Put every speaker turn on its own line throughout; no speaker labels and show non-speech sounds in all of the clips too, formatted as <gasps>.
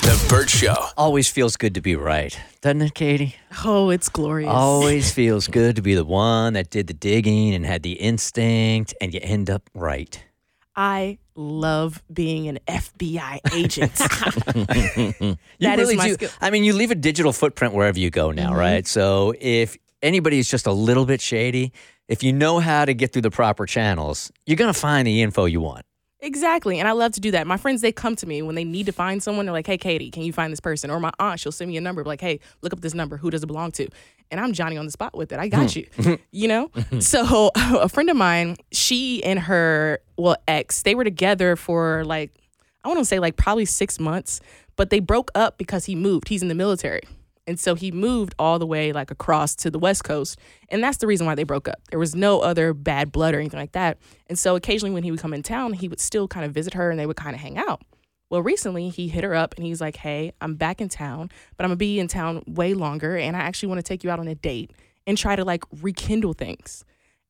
The Burt Show.
Always feels good to be right, doesn't it, Katie?
Oh, it's glorious.
Always feels good to be the one that did the digging and had the instinct, and you end up right.
I love being an FBI agent.
<laughs> You
That is my
do.
skill. Mm-hmm.
I mean, you leave a digital footprint wherever you go now, right? So if anybody is just a little bit shady, if you know how to get through the proper channels, you're gonna find the info you want.
exactly. And I love to do that. My friends, they come to me when they need to find someone. They're like, hey, Katie, can you find this person? Or my aunt, she'll send me a number, like, hey, look up this number. Who does it belong to? And I'm Johnny on the spot with it. I got you. you know? so <laughs> a friend of mine, she and her, well, ex, they were together for like, I want to say like probably six months, but they broke up because he moved. He's in the military. And so he moved all the way like across to the West Coast. And that's the reason why they broke up. There was no other bad blood or anything like that. And so occasionally when he would come in town, he would still kind of visit her and they would kind of hang out. Well, recently he hit her up and he's like, Hey, I'm back in town, but I'm gonna be in town way longer. And I actually wanna take you out on a date and try to like rekindle things.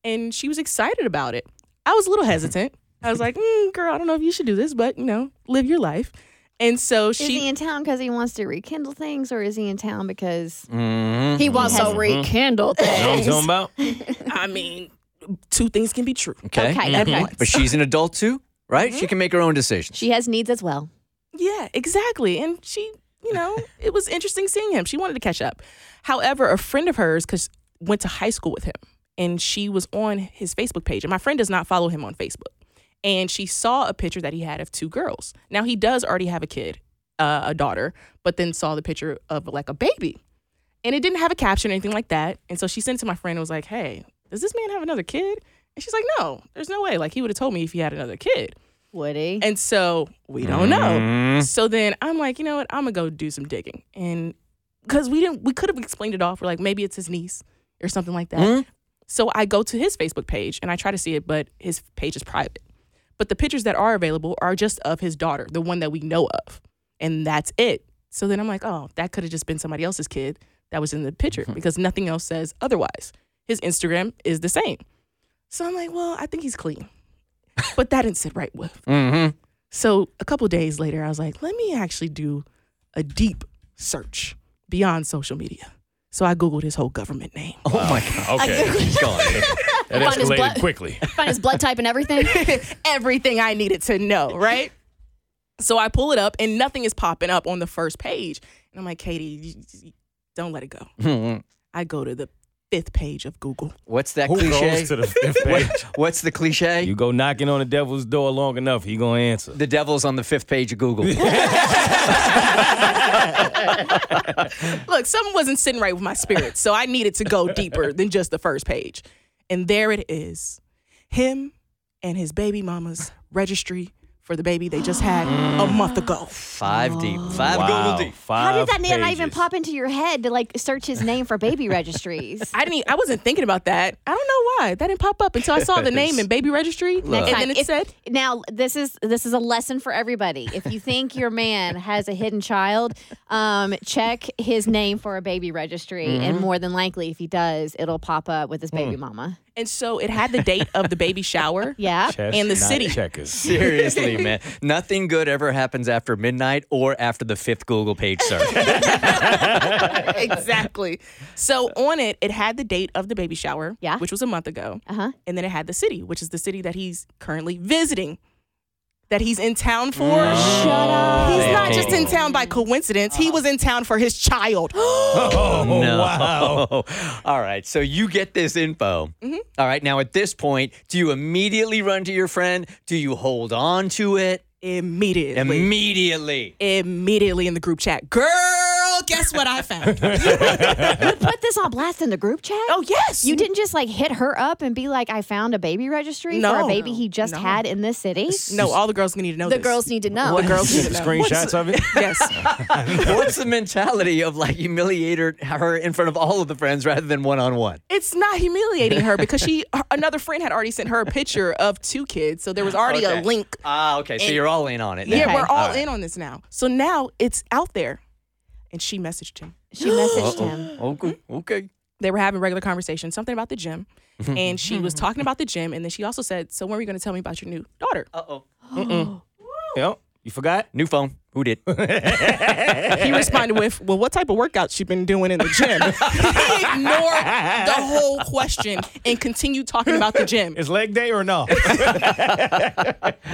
And she was excited about it. I was a little hesitant. I was like, mm, Girl, I don't know if you should do this, but you know, live your life. And so
Is
she
he in town because he wants to rekindle things, or is he in town because
Mm-hmm.
he wants to rekindle
You Mm-hmm. know what I'm
things?
talking about?
I mean, two things can be true.
<laughs> Okay. Mm-hmm.
Okay,
at
okay.
once.
But she's an adult too, right? She can make her own decisions.
She has needs as well.
Yeah, exactly. And she, you know, it was interesting seeing him. She wanted to catch up. However, a friend of hers, because went to high school with him, and she was on his Facebook page. And my friend does not follow him on Facebook. And she saw a picture that he had of two girls. Now he does already have a kid, uh, a daughter, but then saw the picture of like a baby. And it didn't have a caption or anything like that. And so she sent it to my friend and was like, hey, does this man have another kid? And she's like, no, there's no way. Like, he would have told me if he had another kid.
Would he?
And so we don't know. So then I'm like, you know what? I'm gonna go do some digging, and because we didn't, we could have explained it off. We're like, maybe it's his niece or something like
Hmm?
that.
Mm-hmm.
So I go to his Facebook page and I try to see it, but his page is private. But the pictures that are available are just of his daughter, the one that we know of, and that's it. So then I'm like, oh, that could have just been somebody else's kid that was in the picture because nothing else says otherwise. His Instagram is the same. So I'm like, well, I think he's clean. But that didn't sit right with
Mm-hmm.
so a couple days later, I was like, let me actually do a deep search beyond social media. So I Googled his whole government name.
Oh my god.
Okay.
<laughs>
God.
That
Find his
escalated
blood-
quickly.
Find his blood type and everything.
<laughs> Everything I needed to know, right? so I pull it up and nothing is popping up on the first page. And I'm like, Katie, you- you- don't let it go.
Mhm.
I go to the fifth page of Google.
What's that
<laughs> Who
cliche?
goes
<laughs>
to the fifth page?
What's the cliche?
You go knocking on the devil's door long enough, he gonna answer.
the devil's on the fifth page of
<laughs>
Google.
Look, something wasn't sitting right with my spirit, so I needed to go
<laughs>
deeper than just the first page. And there it is him and his baby mama's registry for the baby they just had
Mm.
a month ago.
Five deep.
Oh.
Five
wow.
Google deep.
How
Five
did that name not even
pages.
pop into your head to like search his name for baby <laughs> registries?
I didn't. e- I wasn't thinking about that. I don't know why that didn't pop up until I saw the name
<laughs>
in baby registry,
Next
and
time,
then it
if-
said,
Now this is this is a lesson for everybody. If you think your man has a hidden child, um, check his name for a baby registry,
Mm-hmm.
and more than likely, if he does, it'll pop up with his
Hmm.
baby mama.
and so it had the date of the baby shower.
<laughs> Yeah,
and the
Chestnut
city.
Checkers.
Seriously, man. Nothing good ever happens after midnight or after the fifth Google page search. <laughs>
<laughs> exactly. So on it, it had the date of the baby shower,
Yeah.
which was a month ago,
uh huh.
and then it had the city, which is the city that he's currently visiting. that he's in town for.
Shut up.
He's not
man.
just in town by coincidence. He was in town for his
<gasps>
child.
<laughs> Oh,
No.
wow.
<laughs> All right. So you get this info. All right. Now, at this point, do you immediately run to your friend? Do you hold on to it
Immediately.
immediately?
immediately in the group chat. Girl, guess what I found?
You put this on blast in the group chat?
oh, yes.
You didn't just like hit her up and be like, I found a baby registry for a
No.
baby he just
No.
had in this city?
No, all the girls need to know
The
this.
girls need to know.
The girls
<laughs>
need
<laughs> The
to know.
screenshots of it?
Yes.
<laughs> What's the mentality of like humiliate her- her in front of all of the friends rather than one on one?
It's not humiliating her because she her- another friend had already sent her a picture of two kids, so there was already a
Okay.
link.
Ah, okay. So you're all in on it.
Yeah,
now.
we're all
right.
in on this now. So now it's out there. And she messaged him.
She messaged him.
Okay. Okay.
They were having regular conversation, something about the
<laughs>
gym. And she was talking about the gym. And then she also said, So when are you going to tell me about your new daughter?
Uh oh.
Yep. You forgot?
New phone. Who <laughs> did?
he responded with, "Well, what type of workouts you've been doing in the
<laughs>
gym?" he ignored the whole question and continued talking about the gym.
Is leg day or no?
<laughs>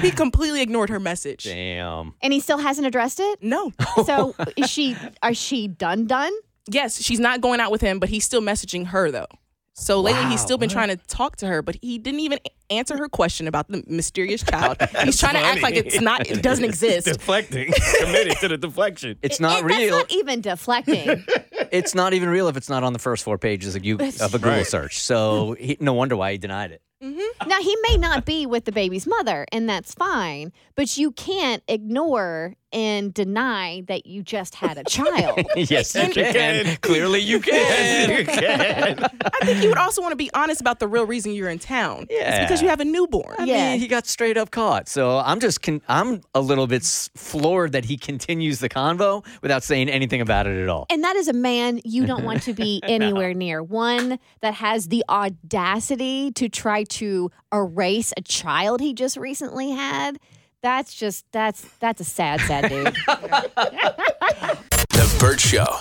He completely ignored her message.
Damn.
And he still hasn't addressed it?
No.
So is she are she done done?
Yes, she's not going out with him, but he's still messaging her though. So lately, he's still been trying to talk to her, but he didn't even a- answer her question about the mysterious child. He's trying to act like it's not, it doesn't exist.
Deflecting. <laughs> Committed to the deflection.
It's not
It-
real.
That's not even deflecting.
it's not even real if it's not on the first four pages of you of a Google search. So he, no wonder why he denied it.
now he may not be with the baby's mother, and that's fine, but you can't ignore and deny that you just had a child.
yes, you
can.
Clearly, you can.
You can.
I think you would also want to be honest about the real reason you're in town. It's
Yeah.
because you have a newborn.
I
Yeah.
mean, he got straight up caught. So I'm just con- I'm a little bit s- floored that he continues the convo without saying anything about it at all.
And that is a man you don't want to be anywhere near. One that has the audacity to try to erase a child he just recently had. That's just that's that's a sad, sad dude.
The Burt Show.